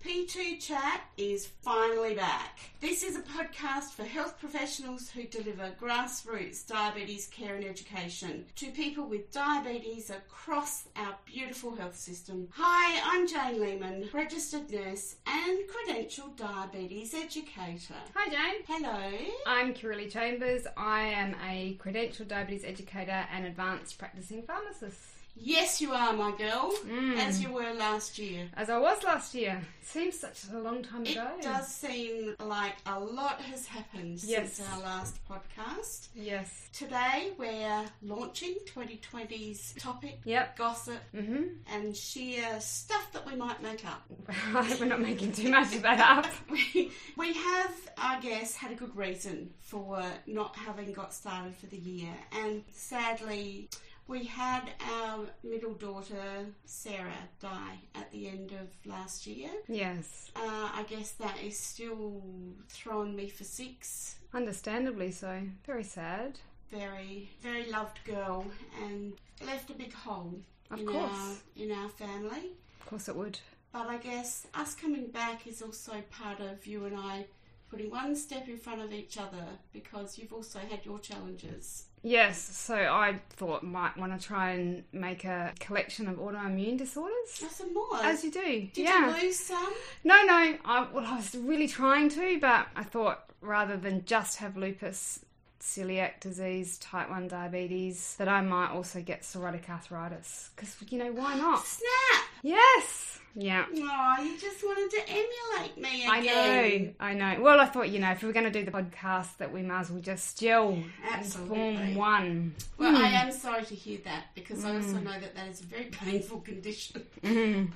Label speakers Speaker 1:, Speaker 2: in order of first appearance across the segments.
Speaker 1: 52 Chat is finally back. This is a podcast for health professionals who deliver grassroots diabetes care and education to people with diabetes across our beautiful health system. Hi, I'm Jane Lehman, registered nurse and credentialed diabetes educator.
Speaker 2: Hi, Jane.
Speaker 1: Hello.
Speaker 2: I'm Kirili Chambers. I am a credentialed diabetes educator and advanced practicing pharmacist,
Speaker 1: Yes, you are my girl,
Speaker 2: Mm.
Speaker 1: as you were last year.
Speaker 2: as I was last year. Seems such a long time
Speaker 1: It
Speaker 2: ago.
Speaker 1: does seem like a lot has happened
Speaker 2: Yes.
Speaker 1: since our last podcast.
Speaker 2: Yes.
Speaker 1: Today we're launching 2020's topic,
Speaker 2: Yep.
Speaker 1: gossip,
Speaker 2: Mm-hmm.
Speaker 1: and sheer stuff that we might make up.
Speaker 2: We're not making too much of that up.
Speaker 1: We, we have, I guess, had a good reason for not having got started for the year, and sadly, we had our middle daughter Sarah die at the end of last year.
Speaker 2: Yes.
Speaker 1: Uh, I guess that is still throwing me for six.
Speaker 2: Understandably so. Very sad.
Speaker 1: Very, very loved girl, and left a big hole.
Speaker 2: Of
Speaker 1: in
Speaker 2: course.
Speaker 1: our, in our family.
Speaker 2: Of course it would.
Speaker 1: But I guess us coming back is also part of you and I putting one step in front of each other because you've also had your challenges.
Speaker 2: Yes, so I thought might want to try and make a collection of autoimmune disorders.
Speaker 1: Now some more.
Speaker 2: As you do.
Speaker 1: Did
Speaker 2: yeah.
Speaker 1: you lose some?
Speaker 2: No, no. I, well, I was really trying to, but I thought rather than just have lupus, celiac disease, type 1 diabetes, that I might also get psoriatic arthritis. Because, you know, why not?
Speaker 1: Snap!
Speaker 2: Yes! Yeah.
Speaker 1: Oh, you just wanted to emulate me
Speaker 2: I
Speaker 1: again.
Speaker 2: know, I know. Well, I thought, you know, if we were going to do the podcast, that we might as well just gel and
Speaker 1: Absolutely.
Speaker 2: form one.
Speaker 1: Well, I am sorry to hear that because I also know that that is a very painful condition,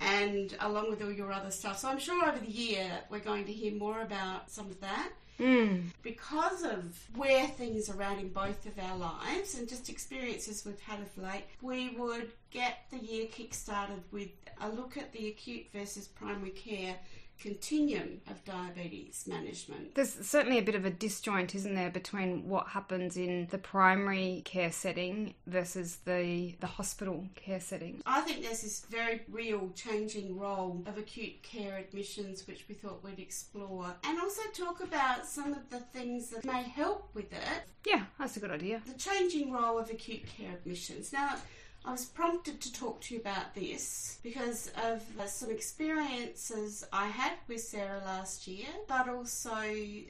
Speaker 1: and along with all your other stuff. So I'm sure over the year we're going to hear more about some of that.
Speaker 2: Mm.
Speaker 1: because of where things are at in both of our lives and just experiences we've had of late, we would get the year kick-started with a look at the acute versus primary care continuum of diabetes management.
Speaker 2: There's certainly a bit of a disjoint, isn't there, between what happens in the primary care setting versus the, the hospital care setting.
Speaker 1: I think there's this very real changing role of acute care admissions, which we thought we'd explore, and also talk about some of the things that may help with it
Speaker 2: Yeah, that's a good idea.
Speaker 1: the changing role of acute care admissions. Now, I was prompted to talk to you about this because of uh, some experiences I had with Sarah last year, but also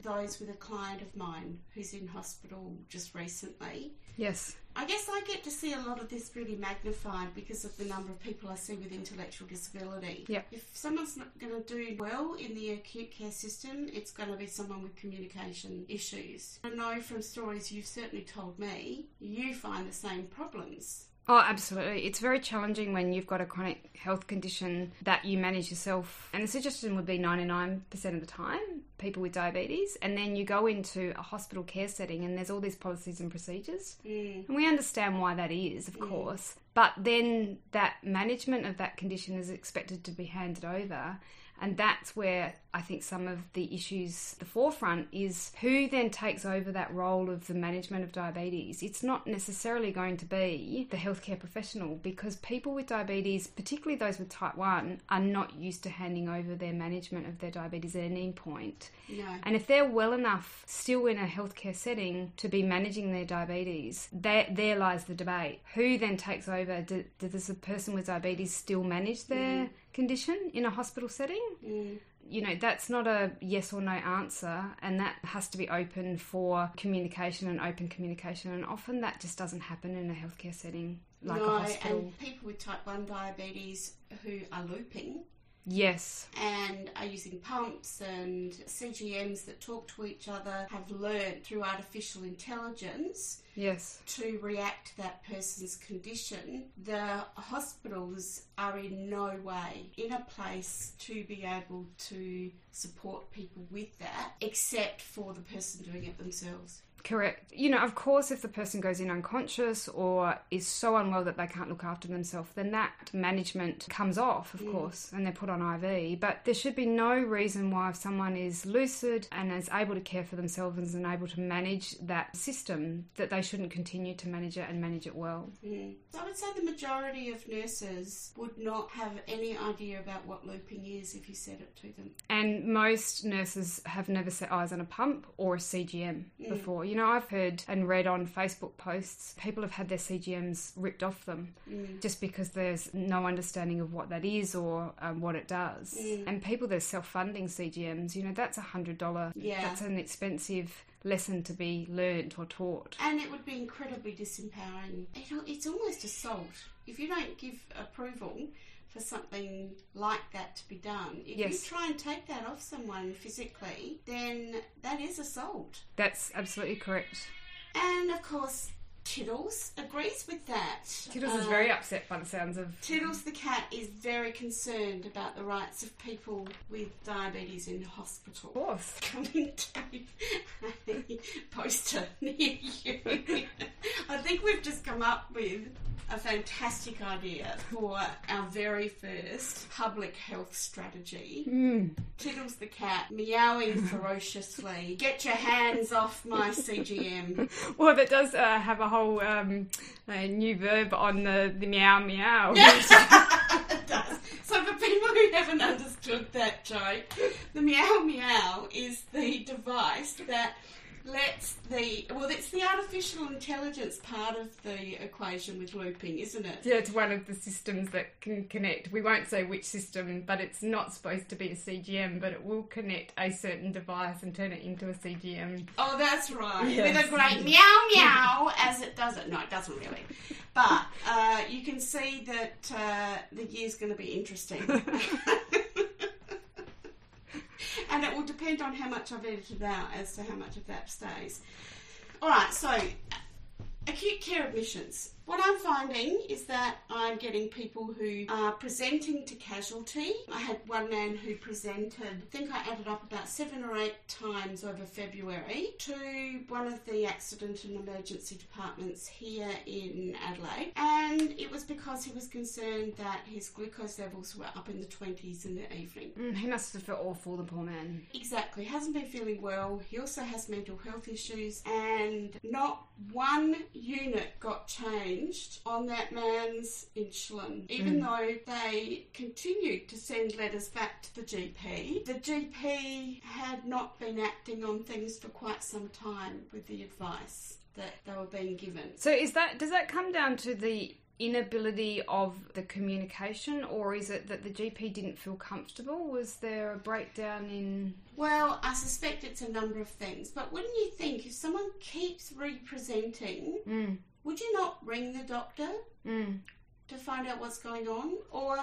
Speaker 1: those with a client of mine who's in hospital just recently.
Speaker 2: Yes.
Speaker 1: I guess I get to see a lot of this really magnified because of the number of people I see with intellectual disability.
Speaker 2: Yep.
Speaker 1: If someone's not going to do well in the acute care system, it's going to be someone with communication issues. I know from stories you've certainly told me, you find the same problems.
Speaker 2: Oh, absolutely. It's very challenging when you've got a chronic health condition that you manage yourself. And the suggestion would be 99% of the time, people with diabetes. And then you go into a hospital care setting and there's all these policies and procedures.
Speaker 1: Mm.
Speaker 2: And we understand why that is, of course. But then that management of that condition is expected to be handed over. And that's where I think some of the issues, the forefront is who then takes over that role of the management of diabetes. It's not necessarily going to be the healthcare professional because people with diabetes, particularly those with type 1, are not used to handing over their management of their diabetes at any point.
Speaker 1: No.
Speaker 2: And if they're well enough still in a healthcare setting to be managing their diabetes, there, there lies the debate. Who then takes over? Do, does the person with diabetes still manage their condition in a hospital setting?
Speaker 1: Mm.
Speaker 2: You know, that's not a yes or no answer, and that has to be open for communication and open communication. And often that just doesn't happen in a healthcare setting like
Speaker 1: no,
Speaker 2: a hospital.
Speaker 1: and people with type 1 diabetes who are looping
Speaker 2: Yes.
Speaker 1: and are using pumps and CGMs that talk to each other have learned through artificial intelligence
Speaker 2: Yes.
Speaker 1: to react to that person's condition. The hospitals are in no way in a place to be able to support people with that except for the person doing it themselves.
Speaker 2: Correct. You know, of course, if the person goes in unconscious or is so unwell that they can't look after themselves, then that management comes off, of course, and they're put on IV. But there should be no reason why, if someone is lucid and is able to care for themselves and is able to manage that system, that they shouldn't continue to manage it and manage it well.
Speaker 1: Mm. So I would say the majority of nurses would not have any idea about what looping is if you said it to them.
Speaker 2: And most nurses have never set eyes on a pump or a CGM before. You know, I've heard and read on Facebook posts people have had their CGMs ripped off them just because there's no understanding of what that is or um, what it does. And people that are self funding CGMs, you know, that's a $100.
Speaker 1: Yeah.
Speaker 2: That's an expensive lesson to be learnt or taught.
Speaker 1: And it would be incredibly disempowering. You know, it's almost assault. If you don't give approval for something like that to be done, if
Speaker 2: Yes.
Speaker 1: you try and take that off someone physically, then that is assault.
Speaker 2: That's absolutely correct.
Speaker 1: And of course, Tiddles agrees with that.
Speaker 2: Tiddles is
Speaker 1: Um,
Speaker 2: very upset by the sounds of.
Speaker 1: Tiddles the cat is very concerned about the rights of people with diabetes in hospital.
Speaker 2: course.
Speaker 1: coming to a poster near you. I think we've just come up with a fantastic idea for our very first public health strategy.
Speaker 2: Mm.
Speaker 1: Tiddles the cat, meowing ferociously. Get your hands off my CGM.
Speaker 2: Well, that does uh, have a whole um, uh, new verb on the, the meow meow.
Speaker 1: It does. So for people who haven't understood that joke, the meow meow is the device that lets the well, it's the artificial intelligence part of the equation with looping, isn't it?
Speaker 2: Yeah, it's one of the systems that can connect. We won't say which system, but it's not supposed to be a CGM, but it will connect a certain device and turn it into a CGM.
Speaker 1: Oh, that's right.
Speaker 2: Yes.
Speaker 1: With a great meow meow as it does it. No, it doesn't really. But uh, you can see that uh, the year's going to be interesting. and it will depend on how much I've edited out as to how much of that stays. All right, so acute care admissions. What I'm finding is that I'm getting people who are presenting to casualty. I had one man who presented, I think I added up about seven or eight times over February to one of the accident and emergency departments here in Adelaide. And it was because he was concerned that his glucose levels were up in the 20s in the evening.
Speaker 2: Mm, he must have felt awful, the poor man.
Speaker 1: Exactly. Hasn't been feeling well. He also has mental health issues, and not one unit got changed on that man's insulin, even though they continued to send letters back to the GP. The GP had not been acting on things for quite some time with the advice that they were being given.
Speaker 2: So, is that does that come down to the inability of the communication, or is it that the GP didn't feel comfortable? Was there a breakdown in?
Speaker 1: Well, I suspect it's a number of things, but wouldn't you think if someone keeps representing, would you not ring the doctor?
Speaker 2: Mm.
Speaker 1: to find out what's going on, or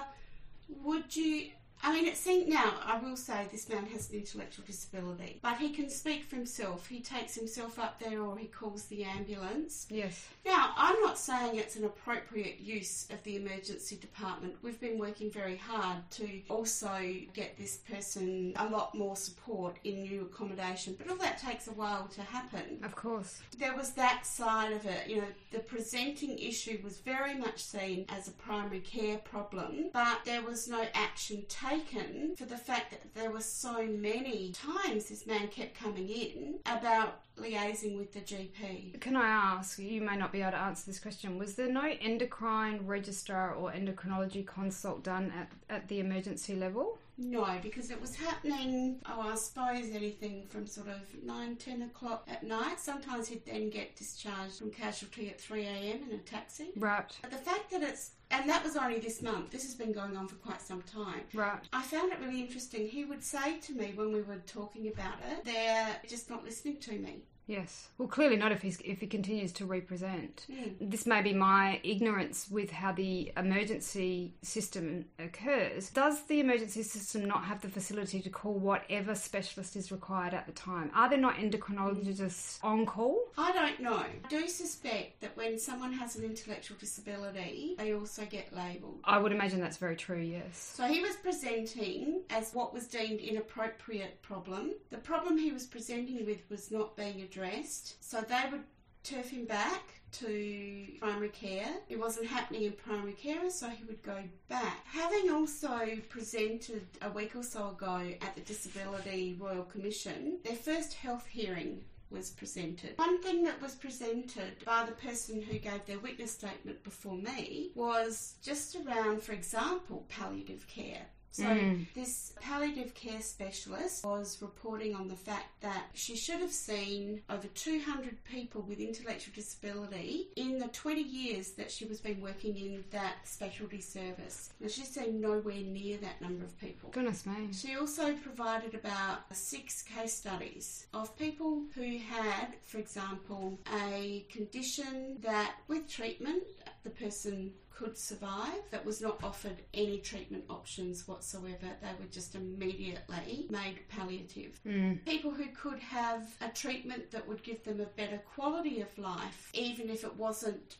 Speaker 1: would you? I mean, it seems now. I will say this man has an intellectual disability, but he can speak for himself. He takes himself up there, or he calls the ambulance.
Speaker 2: Yes.
Speaker 1: Now, I'm not saying it's an appropriate use of the emergency department. We've been working very hard to also get this person a lot more support in new accommodation, but all that takes a while to happen
Speaker 2: Of course.
Speaker 1: there was that side of it. You know, the presenting issue was very much seen as a primary care problem, but there was no action taken for the fact that there were so many times this man kept coming in about liaising with the GP.
Speaker 2: Can I ask, you may not be able to answer this question, was there no endocrine registrar or endocrinology consult done at, at the emergency level?
Speaker 1: No, because it was happening, oh, I suppose anything from sort of 9, 10 o'clock at night. Sometimes he'd then get discharged from casualty at 3am in a taxi.
Speaker 2: Right,
Speaker 1: But the fact that it's, and that was only this month, this has been going on for quite some time.
Speaker 2: right.
Speaker 1: I found it really interesting. He would say to me when we were talking about it, they're just not listening to me.
Speaker 2: Yes. Well, clearly not if he's, if he continues to represent.
Speaker 1: Mm.
Speaker 2: This may be my ignorance with how the emergency system occurs. Does the emergency system not have the facility to call whatever specialist is required at the time? Are there not endocrinologists on call?
Speaker 1: I don't know. I do suspect that when someone has an intellectual disability, they also get labelled.
Speaker 2: I would imagine that's very true, yes.
Speaker 1: So he was presenting as what was deemed inappropriate problem. The problem he was presenting with was not being addressed. So they would turf him back to primary care. It wasn't happening in primary care, so he would go back. Having also presented a week or so ago at the Disability Royal Commission, their first health hearing was presented. One thing that was presented by the person who gave their witness statement before me was just around, for example, palliative care. So,
Speaker 2: Mm.
Speaker 1: this palliative care specialist was reporting on the fact that she should have seen over 200 people with intellectual disability in the 20 years that she was been working in that specialty service. Now, she's seen nowhere near that number of people.
Speaker 2: Goodness me.
Speaker 1: She also provided about six case studies of people who had, for example, a condition that with treatment the person could survive, that was not offered any treatment options whatsoever. They were just immediately made palliative.
Speaker 2: Mm.
Speaker 1: People who could have a treatment that would give them a better quality of life, even if it wasn't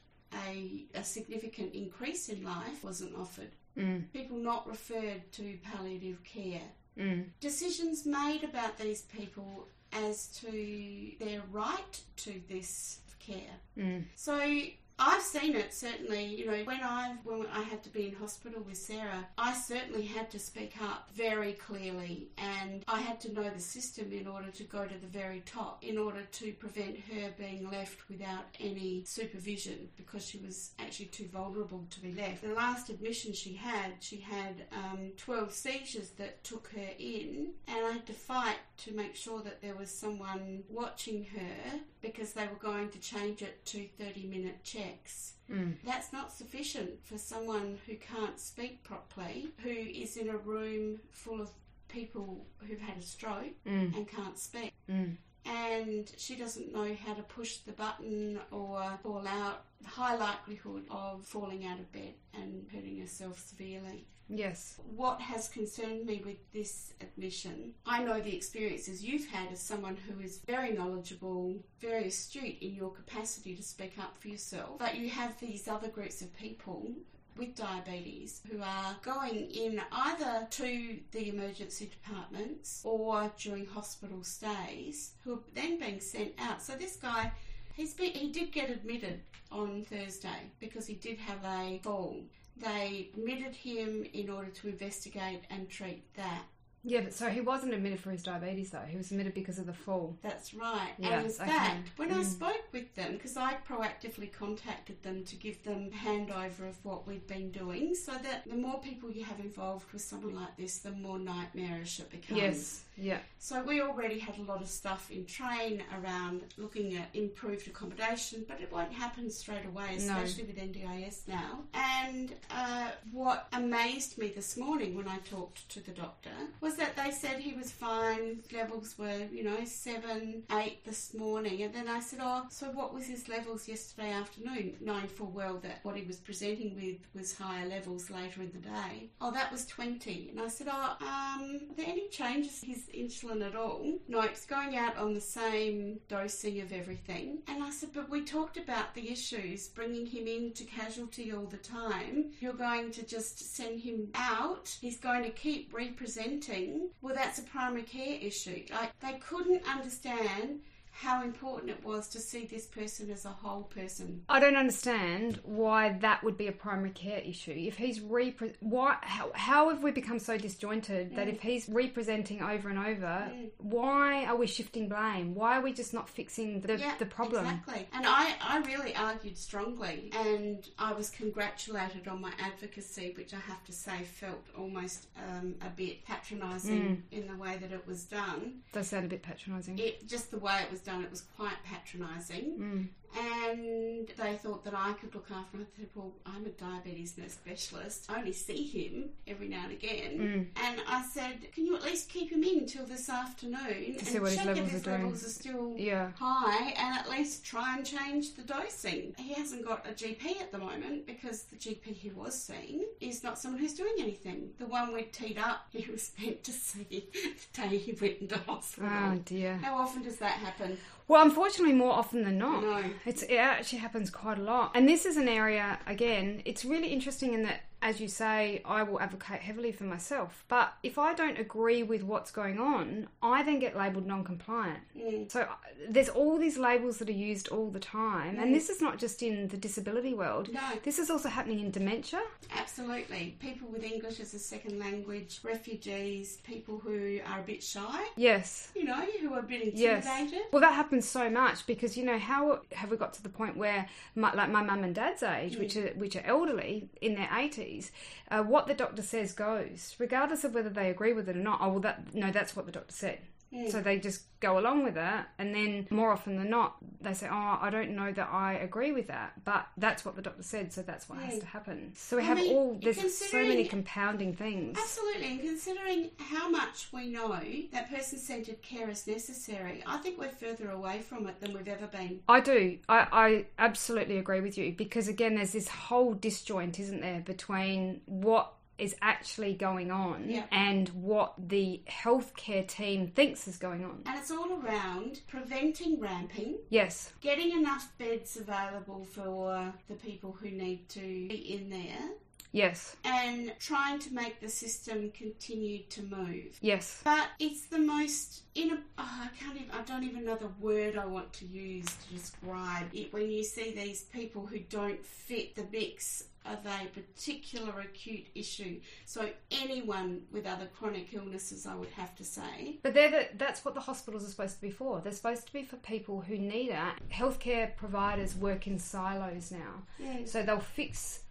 Speaker 1: a, a significant increase in life, wasn't offered
Speaker 2: Mm.
Speaker 1: people not referred to palliative care.
Speaker 2: Mm.
Speaker 1: Decisions made about these people as to their right to this care.
Speaker 2: Mm.
Speaker 1: So I've seen it certainly, you know, when I when I had to be in hospital with Sarah, I certainly had to speak up very clearly and I had to know the system in order to go to the very top in order to prevent her being left without any supervision because she was actually too vulnerable to be left. The last admission she had, she had um, 12 seizures that took her in and I had to fight to make sure that there was someone watching her because they were going to change it to 30 minute checks.
Speaker 2: Mm.
Speaker 1: That's not sufficient for someone who can't speak properly, who is in a room full of people who've had a stroke
Speaker 2: Mm.
Speaker 1: and can't speak.
Speaker 2: Mm.
Speaker 1: And she doesn't know how to push the button or fall out. High likelihood of falling out of bed and hurting herself severely.
Speaker 2: Yes.
Speaker 1: What has concerned me with this admission, I know the experiences you've had as someone who is very knowledgeable, very astute in your capacity to speak up for yourself, but you have these other groups of people with diabetes who are going in either to the emergency departments or during hospital stays who are then being sent out. So this guy He's been, he did get admitted on Thursday because he did have a fall. They admitted him in order to investigate and treat that.
Speaker 2: Yeah, but so he wasn't admitted for his diabetes though. He was admitted because of the fall.
Speaker 1: That's right. and in
Speaker 2: Yes, okay.
Speaker 1: fact, when I
Speaker 2: Mm.
Speaker 1: spoke with them, because I proactively contacted them to give them handover of what we've been doing, so that the more people you have involved with someone like this, the more nightmarish it becomes.
Speaker 2: Yes. Yeah.
Speaker 1: So we already had a lot of stuff in train around looking at improved accommodation, but it won't happen straight away,
Speaker 2: No.
Speaker 1: especially with NDIS now. And uh, what amazed me this morning when I talked to the doctor was that they said he was fine. Levels were, you know, seven, eight this morning, and then I said, "Oh, so what was his levels yesterday afternoon?" Knowing full well that what he was presenting with was higher levels later in the day. Oh, that was twenty, and I said, "Oh, um, are there any changes in his insulin at all?" No, it's going out on the same dosing of everything. And I said, "But we talked about the issues bringing him into casualty all the time. You're going to just send him out. He's going to keep representing. Well, that's a primary care issue. Like they couldn't understand." How important it was to see this person as a whole person.
Speaker 2: I don't understand why that would be a primary care issue. If he's repre- why how, how have we become so disjointed that if he's representing over and over, why are we shifting blame? Why are we just not fixing the, the problem?
Speaker 1: Exactly. And I, I really argued strongly, and I was congratulated on my advocacy, which I have to say felt almost um, a bit
Speaker 2: Mm.
Speaker 1: patronising in the way that it was done.
Speaker 2: Does sound a bit patronising.
Speaker 1: It just the way it was done, it was quite patronising.
Speaker 2: Mm.
Speaker 1: And they thought that I could look after him. I said, well, I'm a diabetes nurse specialist. I only see him every now and again.
Speaker 2: Mm.
Speaker 1: And I said, can you at least keep him in till this afternoon
Speaker 2: To
Speaker 1: and
Speaker 2: see what his
Speaker 1: check
Speaker 2: levels
Speaker 1: if his
Speaker 2: are doing."
Speaker 1: levels are still
Speaker 2: Yeah.
Speaker 1: high and at least try and change the dosing. He hasn't got a GP at the moment because the GP he was seeing is not someone who's doing anything. The one we teed up, he was meant to see the day he went into hospital.
Speaker 2: Oh dear.
Speaker 1: How often does that happen?
Speaker 2: Well, unfortunately, more often than not,
Speaker 1: No.
Speaker 2: it's, it actually happens quite a lot. And this is an area again. It's really interesting in that as you say, I will advocate heavily for myself. But if I don't agree with what's going on, I then get labelled non compliant.
Speaker 1: Mm.
Speaker 2: So uh, there's all these labels that are used all the time. And this is not just in the disability world,
Speaker 1: Mm. No.
Speaker 2: this is also happening in dementia.
Speaker 1: Absolutely. People with English as a second language, refugees, people who are a bit shy,
Speaker 2: Yes.
Speaker 1: you know, who are a bit intimidated.
Speaker 2: Yes. Well, that happens so much because you know how have we got to the point where, my, like my mum and dad's age, which are which are elderly in their eighties, uh, what the doctor says goes, regardless of whether they agree with it or not. Oh well, that no, that's what the doctor said.
Speaker 1: Mm.
Speaker 2: So they just go along with it, and then more often than not, they say, "Oh, I don't know that I agree with that, but that's what the doctor said, so that's what has to happen." So we
Speaker 1: Mm. I
Speaker 2: have
Speaker 1: mean,
Speaker 2: all there's so many
Speaker 1: considering-
Speaker 2: compounding things.
Speaker 1: Absolutely, and considering how much we know that person centred care is necessary, I think we're further away from it than we've ever been.
Speaker 2: I do. I, I absolutely agree with you because, again, there's this whole disjoint, isn't there, between what is actually going on
Speaker 1: Yeah.
Speaker 2: and what the healthcare team thinks is going on.
Speaker 1: And it's all around preventing ramping,
Speaker 2: Yes,
Speaker 1: getting enough beds available for the people who need to be in there,
Speaker 2: yes,
Speaker 1: and trying to make the system continue to move.
Speaker 2: yes.
Speaker 1: But it's the most in a, oh, I can't even I don't even know the word I want to use to describe it when you see these people who don't fit the mix of a particular acute issue. So anyone with other chronic illnesses I would have to say.
Speaker 2: But they're the, that's what the hospitals are supposed to be for. They're supposed to be for people who need it. Healthcare providers work in silos now.
Speaker 1: Mm.
Speaker 2: So they'll fix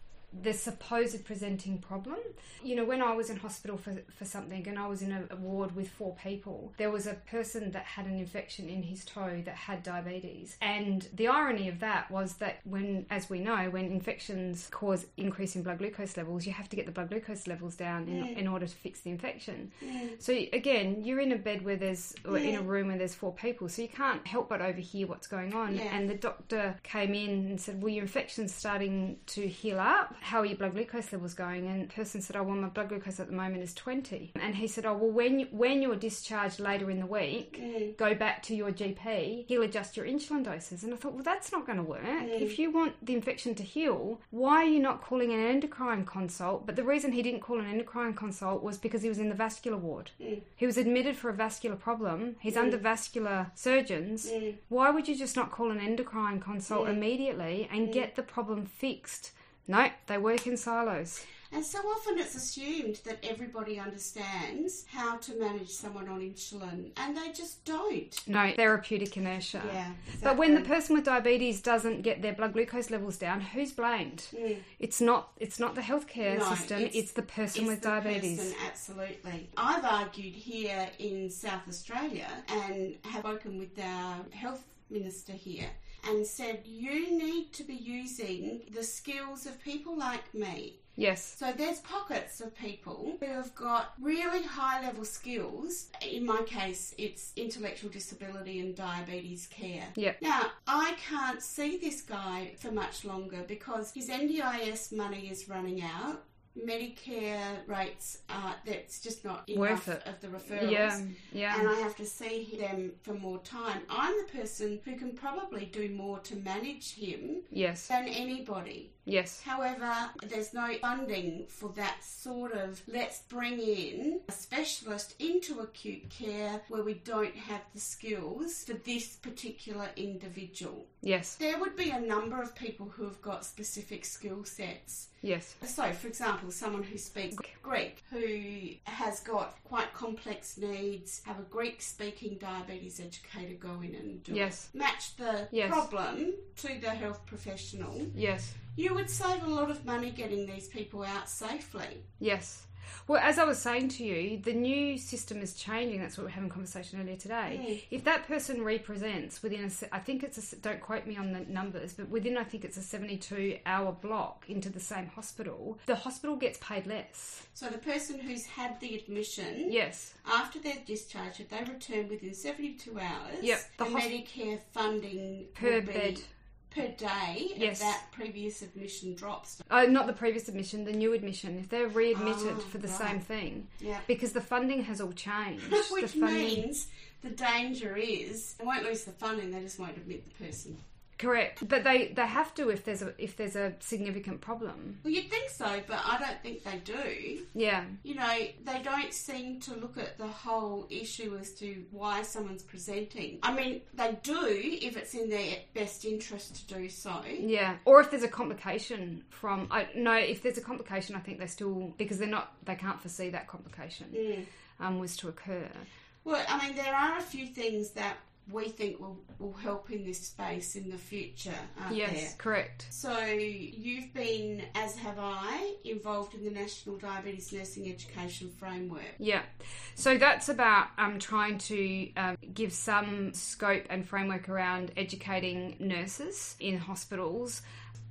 Speaker 2: the supposed presenting problem. You know, when I was in hospital for, for something and I was in a, a ward with four people, there was a person that had an infection in his toe that had diabetes. And the irony of that was that when, as we know, when infections cause increase in blood glucose levels, you have to get the blood glucose levels down in, in order to fix the infection. So you- again, you're in a bed where there's, or in a room where there's four people, so you can't help but overhear what's going on.
Speaker 1: Yeah.
Speaker 2: And the doctor came in and said, "Well, your infection's starting to heal up. How are your blood glucose levels going?" And the person said, "Oh, well, my blood glucose at the moment is 20." And he said, "Oh, well, when you, when you're discharged later in the week, go back to your GP. He'll adjust your insulin doses." And I thought, "Well, that's not going to work. If you want the infection to heal, why are you not calling an endocrine consult?" But the reason he didn't call an endocrine consult was because he was in the vascular ward.
Speaker 1: Hmm.
Speaker 2: He was admitted for a vascular problem. He's under vascular surgeons.
Speaker 1: Hmm.
Speaker 2: Why would you just not call an endocrine consult immediately
Speaker 1: Hmm.
Speaker 2: and get the problem fixed? No, they work in silos.
Speaker 1: And so often it's assumed that everybody understands how to manage someone on insulin and they just don't.
Speaker 2: No therapeutic inertia.
Speaker 1: Yeah,
Speaker 2: But when the
Speaker 1: exactly.
Speaker 2: person with diabetes doesn't get their blood glucose levels down, who's blamed? It's not it's not the healthcare
Speaker 1: Hmm. No,
Speaker 2: system, it's,
Speaker 1: it's-
Speaker 2: the person
Speaker 1: It's
Speaker 2: with
Speaker 1: the
Speaker 2: diabetes.
Speaker 1: person, absolutely. I've argued here in South Australia and have spoken with our health minister here and said you need to be using the skills of people like me.
Speaker 2: Yes.
Speaker 1: So there's pockets of people who have got really high level skills. In my case, it's intellectual disability and diabetes care.
Speaker 2: Yeah.
Speaker 1: Now, I can't see this guy for much longer because his NDIS money is running out. Medicare rates are that's just not enough
Speaker 2: Worth it.
Speaker 1: of the referrals.
Speaker 2: Yeah. Yeah.
Speaker 1: And I have to see them for more time. I'm the person who can probably do more to manage him
Speaker 2: yes.
Speaker 1: than anybody.
Speaker 2: Yes.
Speaker 1: However, there's no funding for that sort of let's bring in a specialist into acute care where we don't have the skills for this particular individual.
Speaker 2: Yes.
Speaker 1: There would be a number of people who have got specific skill sets.
Speaker 2: Yes.
Speaker 1: So, for example, someone who speaks Greek, who has got quite complex needs, have a Greek speaking diabetes educator go in and do
Speaker 2: Yes.
Speaker 1: it. Match the
Speaker 2: Yes.
Speaker 1: problem to the health professional.
Speaker 2: Yes.
Speaker 1: You would save a lot of money getting these people out safely.
Speaker 2: Yes. Well, as I was saying to you, the new system is changing. That's what we we're having a conversation earlier
Speaker 1: Mm.
Speaker 2: today. If that person represents within, a se- I think it's a, se- don't quote me on the numbers, but within, I think it's a 72 hour block into the same hospital, the hospital gets paid less.
Speaker 1: So the person who's had the admission,
Speaker 2: Yes.
Speaker 1: after they're discharged, if they return within 72 hours,
Speaker 2: Yep,
Speaker 1: the,
Speaker 2: the hos-
Speaker 1: Medicare funding
Speaker 2: Per
Speaker 1: will be
Speaker 2: bed.
Speaker 1: per day if
Speaker 2: Yes.
Speaker 1: that previous admission drops.
Speaker 2: Uh, not the previous admission, the new admission. If they're readmitted
Speaker 1: Ah,
Speaker 2: for the
Speaker 1: right.
Speaker 2: same thing,
Speaker 1: Yeah.
Speaker 2: because the funding has all changed. the
Speaker 1: Which
Speaker 2: funding,
Speaker 1: means the danger is they won't lose the funding, they just won't admit the person.
Speaker 2: Correct, but they, they have to if there's a if there's a significant problem.
Speaker 1: Well, you'd think so, but I don't think they do.
Speaker 2: Yeah,
Speaker 1: You know, they don't seem to look at the whole issue as to why someone's presenting. I mean, they do if it's in their best interest to do so.
Speaker 2: yeah. Or if there's a complication from I no, if there's a complication, I think they still because they're not they can't foresee that complication
Speaker 1: Mm.
Speaker 2: um, was to occur.
Speaker 1: Well, I mean, there are a few things that we think will, will help in this space in the future, aren't
Speaker 2: yes,
Speaker 1: there?
Speaker 2: correct.
Speaker 1: So you've been, as have I, involved in the National Diabetes Nursing Education Framework.
Speaker 2: Yeah. So that's about um, trying to um, give some scope and framework around educating nurses in hospitals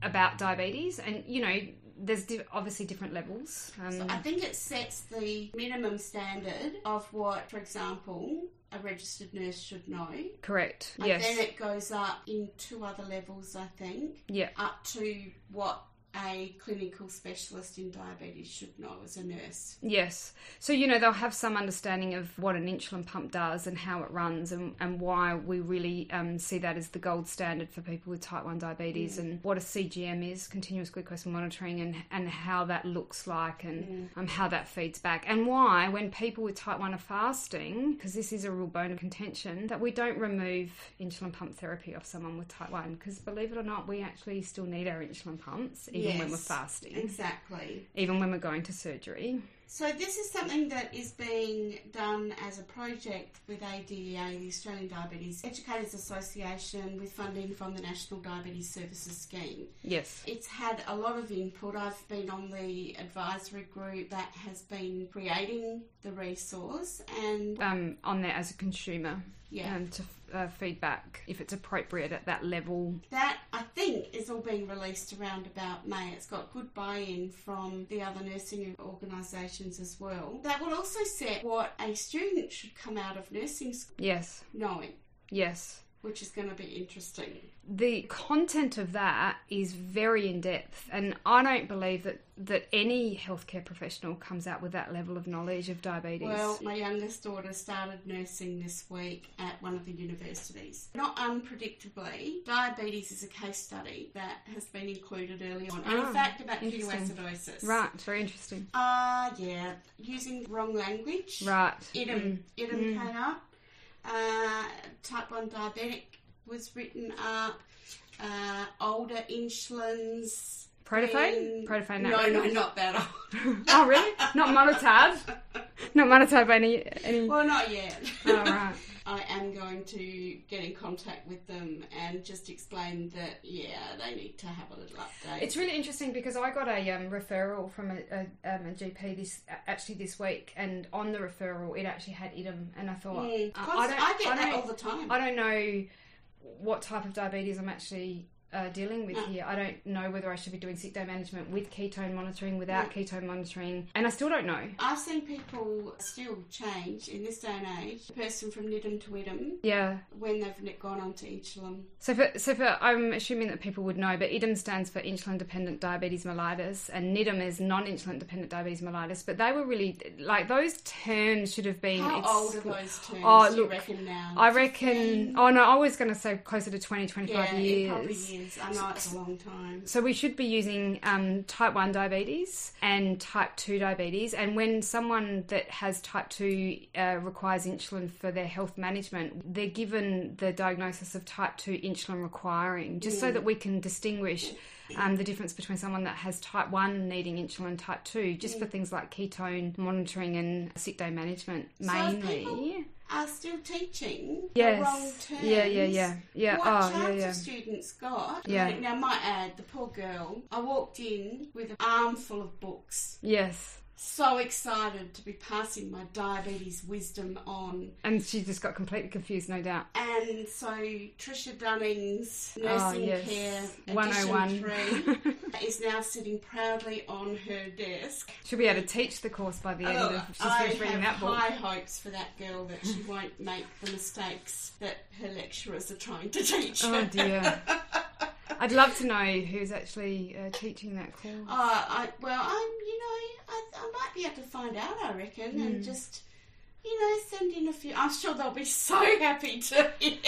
Speaker 2: about diabetes. And, you know, there's di- obviously different levels.
Speaker 1: So
Speaker 2: Um,
Speaker 1: I think it sets the minimum standard of what, for example, a registered nurse should know.
Speaker 2: correct.
Speaker 1: And then
Speaker 2: Yes.
Speaker 1: it goes up in two other levels, I think,
Speaker 2: Yeah.
Speaker 1: up to what a clinical specialist in diabetes should know as a nurse.
Speaker 2: Yes. So, you know, they'll have some understanding of what an insulin pump does and how it runs and, and why we really um, see that as the gold standard for people with type 1 diabetes and what a CGM is, continuous glucose monitoring, and, and how that looks like and um, how that feeds back. And why, when people with type 1 are fasting, because this is a real bone of contention, that we don't remove insulin pump therapy off someone with type 1, because believe it or not, we actually still need our insulin pumps even when we're
Speaker 1: Yes.
Speaker 2: fasting,
Speaker 1: Exactly.
Speaker 2: even when we're going to surgery.
Speaker 1: So this is something that is being done as a project with ADEA, the Australian Diabetes Educators Association, with funding from the National Diabetes Services Scheme.
Speaker 2: Yes.
Speaker 1: It's had a lot of input. I've been on the advisory group that has been creating the resource, and
Speaker 2: um, on there as a consumer
Speaker 1: yeah,
Speaker 2: um, to uh, feedback if it's appropriate at that level.
Speaker 1: that I think is all being released around about May. It's got good buy-in from the other nursing organisations as well. That will also set what a student should come out of nursing school
Speaker 2: Yes,
Speaker 1: knowing.
Speaker 2: yes.
Speaker 1: which is going to be interesting.
Speaker 2: The content of that is very in depth, and I don't believe that, that any healthcare professional comes out with that level of knowledge of diabetes.
Speaker 1: Well, my youngest daughter started nursing this week at one of the universities. Not unpredictably, diabetes is a case study that has been included early on. And
Speaker 2: Ah,
Speaker 1: in fact, about
Speaker 2: interesting.
Speaker 1: ketoacidosis.
Speaker 2: right, very interesting.
Speaker 1: Ah, yeah, using the wrong language.
Speaker 2: Right. Mm.
Speaker 1: Idem, idem came up. Uh, type 1 diabetic was written up. Uh, older insulins.
Speaker 2: Protophane?
Speaker 1: being-
Speaker 2: Protophane
Speaker 1: No,
Speaker 2: that
Speaker 1: no, not that old.
Speaker 2: Oh, really? Not monotab? Not monotab any. any...
Speaker 1: Well, not yet.
Speaker 2: Oh, right.
Speaker 1: I am going to get in contact with them and just explain that, yeah, they need to have a little update.
Speaker 2: It's really interesting because I got a um, referral from a, a, um, a GP this actually this week, and on the referral it actually had idem, and I thought
Speaker 1: Mm.
Speaker 2: uh,
Speaker 1: Const- I, get that all the time.
Speaker 2: I don't know what type of diabetes I'm actually uh, dealing with
Speaker 1: No.
Speaker 2: here. I don't know whether I should be doing sick day management with ketone monitoring, without ketone monitoring, and I still don't know.
Speaker 1: I've seen people still change in this day and age. A person from Nidham to Idem
Speaker 2: Yeah.
Speaker 1: when they've ni- gone on to insulin.
Speaker 2: So, for, so for, I'm assuming that people would know, but IDEM stands for insulin dependent diabetes mellitus, and NIDM is non insulin dependent diabetes mellitus. But they were really like those terms should have been.
Speaker 1: How
Speaker 2: it's-
Speaker 1: old are those terms?
Speaker 2: Oh,
Speaker 1: do you
Speaker 2: look,
Speaker 1: reckon now?
Speaker 2: I reckon. Oh no, I was going to say closer to 20,
Speaker 1: yeah,
Speaker 2: 25
Speaker 1: it probably
Speaker 2: years.
Speaker 1: is. I know it's a long time.
Speaker 2: So we should be using um, type 1 diabetes and type 2 diabetes. And when someone that has type 2 uh, requires insulin for their health management, they're given the diagnosis of type 2 insulin requiring, just so that we can distinguish um, the difference between someone that has type 1 needing insulin and type 2, just for things like ketone monitoring and sick day management
Speaker 1: So if
Speaker 2: mainly.
Speaker 1: people are still teaching the
Speaker 2: Yes.
Speaker 1: wrong terms.
Speaker 2: Yeah, yeah, yeah. Yeah,
Speaker 1: What
Speaker 2: oh, yeah,
Speaker 1: chance
Speaker 2: yeah.
Speaker 1: have students got?
Speaker 2: Yeah.
Speaker 1: Now, I might add, the poor girl, I walked in with an armful of books,
Speaker 2: yes.
Speaker 1: so excited to be passing my diabetes wisdom on.
Speaker 2: And she just got completely confused, no doubt.
Speaker 1: And so Tricia Dunning's
Speaker 2: Oh,
Speaker 1: Nursing
Speaker 2: yes.
Speaker 1: Care
Speaker 2: 101.
Speaker 1: Edition 3 is now sitting proudly on her desk.
Speaker 2: She'll be able to teach the course by the end
Speaker 1: Oh,
Speaker 2: of if she's
Speaker 1: I
Speaker 2: finished reading that
Speaker 1: have
Speaker 2: book.
Speaker 1: high hopes for that girl that she won't make the mistakes that her lecturers are trying to teach her.
Speaker 2: Oh dear. I'd love to know who's actually uh, teaching that course.
Speaker 1: Uh,
Speaker 2: Hmm.
Speaker 1: I, well, I'm, you know, I, I might be able to find out, I reckon, and just you know, send in a few. I'm sure they'll be so happy to hear.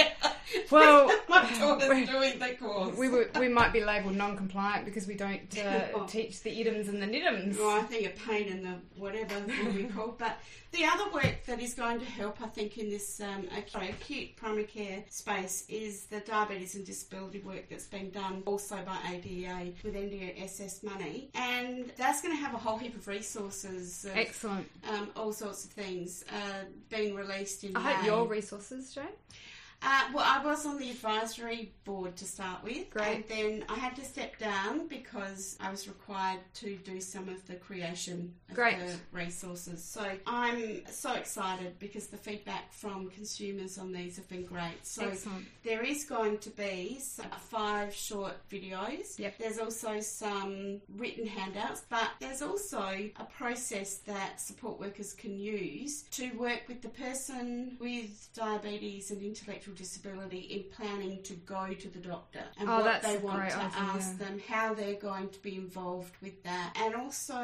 Speaker 2: Well, uh,
Speaker 1: that my
Speaker 2: we-
Speaker 1: daughter's doing the course.
Speaker 2: We, were, we might be labelled non-compliant because we don't uh,
Speaker 1: Oh.
Speaker 2: teach the idioms and the nidums.
Speaker 1: Well, Oh, I think a pain in the whatever will be called. But the other work that is going to help, I think, in this um, ac- acute primary care space is the diabetes and disability work that's been done also by ADA with NDSS money. And that's going to have a whole heap of resources, of,
Speaker 2: Excellent.
Speaker 1: um, all sorts of things uh, being released in
Speaker 2: I hope
Speaker 1: May.
Speaker 2: your resources, Jane.
Speaker 1: Uh, well, I was on the advisory board to start with.
Speaker 2: Great.
Speaker 1: And then I had to step down because I was required to do some of the creation of
Speaker 2: Great.
Speaker 1: the resources. So I'm so excited because the feedback from consumers on these have been great. So
Speaker 2: Excellent.
Speaker 1: there is going to be some, five short videos.
Speaker 2: Yep.
Speaker 1: There's also some written handouts, but there's also a process that support workers can use to work with the person with diabetes and intellectual disability in planning to go to the doctor and
Speaker 2: Oh,
Speaker 1: what
Speaker 2: that's
Speaker 1: they
Speaker 2: a
Speaker 1: want
Speaker 2: great
Speaker 1: to
Speaker 2: idea,
Speaker 1: ask
Speaker 2: yeah.
Speaker 1: them, how they're going to be involved with that, and also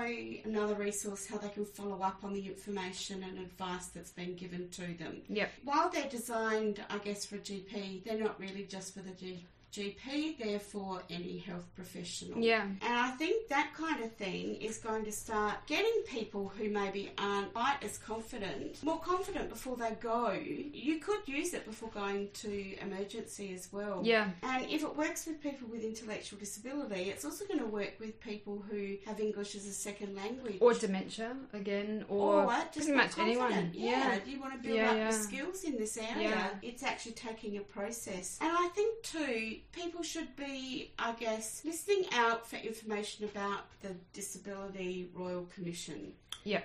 Speaker 1: another resource how they can follow up on the information and advice that's been given to them
Speaker 2: Yep.
Speaker 1: while they're designed, I guess, for a GP, they're not really just for the G- GP, they're for any health professional.
Speaker 2: Yeah.
Speaker 1: And I think that kind of thing is going to start getting people who maybe aren't quite as confident, more confident before they go. You could use it before going to emergency as well.
Speaker 2: Yeah.
Speaker 1: And if it works with people with intellectual disability, it's also going to work with people who have English as a second language
Speaker 2: Or dementia again, or
Speaker 1: or what, just
Speaker 2: pretty
Speaker 1: not
Speaker 2: much anyone.
Speaker 1: confident. Yeah. you want to build
Speaker 2: Yeah,
Speaker 1: up
Speaker 2: yeah.
Speaker 1: your skills in this area.
Speaker 2: Yeah.
Speaker 1: It's actually taking a process, and I think too people should be, I guess, listening out for information about the Disability Royal Commission.
Speaker 2: Yeah.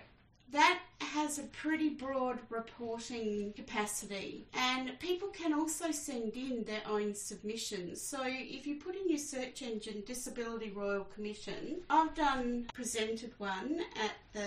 Speaker 1: That has a pretty broad reporting capacity, and people can also send in their own submissions. So, if you put in your search engine Disability Royal Commission, I've done presented one at the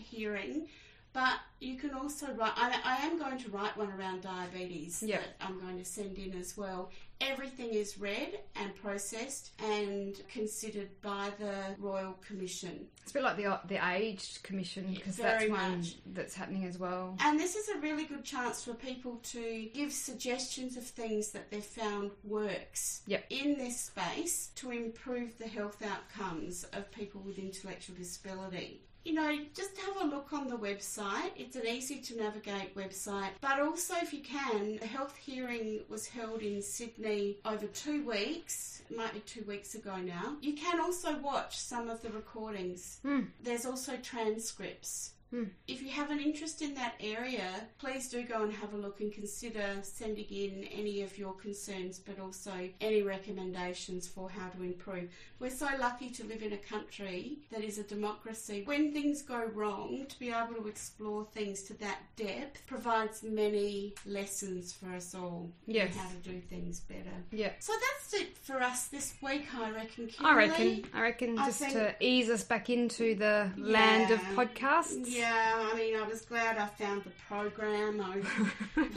Speaker 1: hearing, but you can also write. I, I am going to write one around diabetes
Speaker 2: Yep.
Speaker 1: that I'm going to send in as well. Everything is read and processed and considered by the Royal Commission.
Speaker 2: It's a bit like the the aged commission because that's
Speaker 1: Very
Speaker 2: one
Speaker 1: much.
Speaker 2: that's happening as well.
Speaker 1: And this is a really good chance for people to give suggestions of things that they've found works
Speaker 2: Yep.
Speaker 1: in this space to improve the health outcomes of people with intellectual disability. You know, just have a look on the website. It's an easy to navigate website. But also, if you can, the health hearing was held in Sydney over two weeks, it might be two weeks ago now. You can also watch some of the recordings.
Speaker 2: Hmm.
Speaker 1: There's also transcripts.
Speaker 2: Hmm.
Speaker 1: If you have an interest in that area, please do go and have a look and consider sending in any of your concerns, but also any recommendations for how to improve. We're so lucky to live in a country that is a democracy. When things go wrong, to be able to explore things to that depth provides many lessons for us all in
Speaker 2: Yes.
Speaker 1: how to do things better.
Speaker 2: Yeah.
Speaker 1: So that's it for us this week, I reckon.
Speaker 2: I
Speaker 1: Kimberly.
Speaker 2: reckon. I reckon
Speaker 1: I
Speaker 2: just
Speaker 1: think-
Speaker 2: to ease us back into the land of
Speaker 1: Yeah.
Speaker 2: podcasts.
Speaker 1: Yeah, I mean, I was glad I found the program. I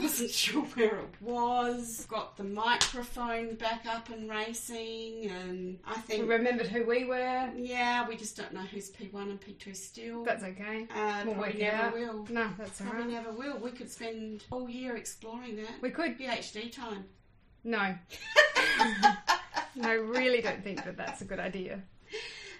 Speaker 1: wasn't sure where it was. Got the microphone back up and racing, and I
Speaker 2: We
Speaker 1: think,
Speaker 2: remembered who we were.
Speaker 1: yeah, we just don't know who's P1 and P2 still.
Speaker 2: That's okay.
Speaker 1: uh,
Speaker 2: we'll work
Speaker 1: probably
Speaker 2: it
Speaker 1: never
Speaker 2: out.
Speaker 1: will.
Speaker 2: No, that's all
Speaker 1: Probably
Speaker 2: right.
Speaker 1: never will. We could spend all year exploring that.
Speaker 2: We could.
Speaker 1: PhD time.
Speaker 2: No. I really don't think that that's a good idea.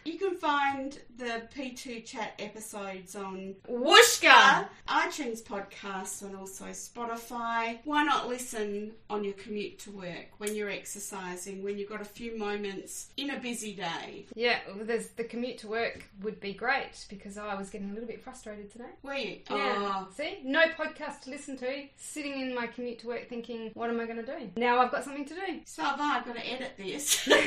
Speaker 1: You can find the P2 chat episodes on
Speaker 2: Whooshka!
Speaker 1: iTunes podcasts and also Spotify. Why not listen on your commute to work, when you're exercising, when you've got a few moments in a busy day?
Speaker 2: Yeah, well, there's, the commute to work would be great because I was getting a little bit frustrated today.
Speaker 1: Were you?
Speaker 2: Yeah.
Speaker 1: Oh,
Speaker 2: See, no podcast to listen to. Sitting in my commute to work, thinking, "What am I going to do?" Now I've got something to do.
Speaker 1: so have I. I've got to edit this.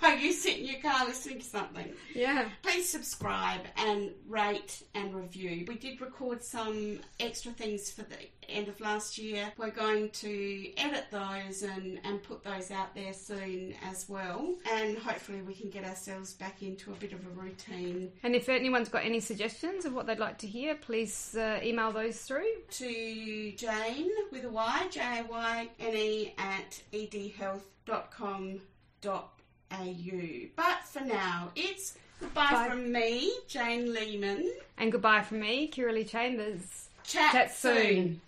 Speaker 1: While you sit in your car listening to something.
Speaker 2: Yeah,
Speaker 1: Please subscribe and rate and review. We did record some extra things for the end of last year. We're going to edit those and, and put those out there soon as well. And hopefully, we can get ourselves back into a bit of a routine
Speaker 2: and if anyone's got any suggestions of what they'd like to hear, please uh, email those through.
Speaker 1: to Jane with a Y, J A Y N E, at edhealth.com.au. But for now, it's goodbye
Speaker 2: Bye.
Speaker 1: from me, Jane Lehman.
Speaker 2: And goodbye from me, Kiralee Chambers.
Speaker 1: Chat,
Speaker 2: Chat soon.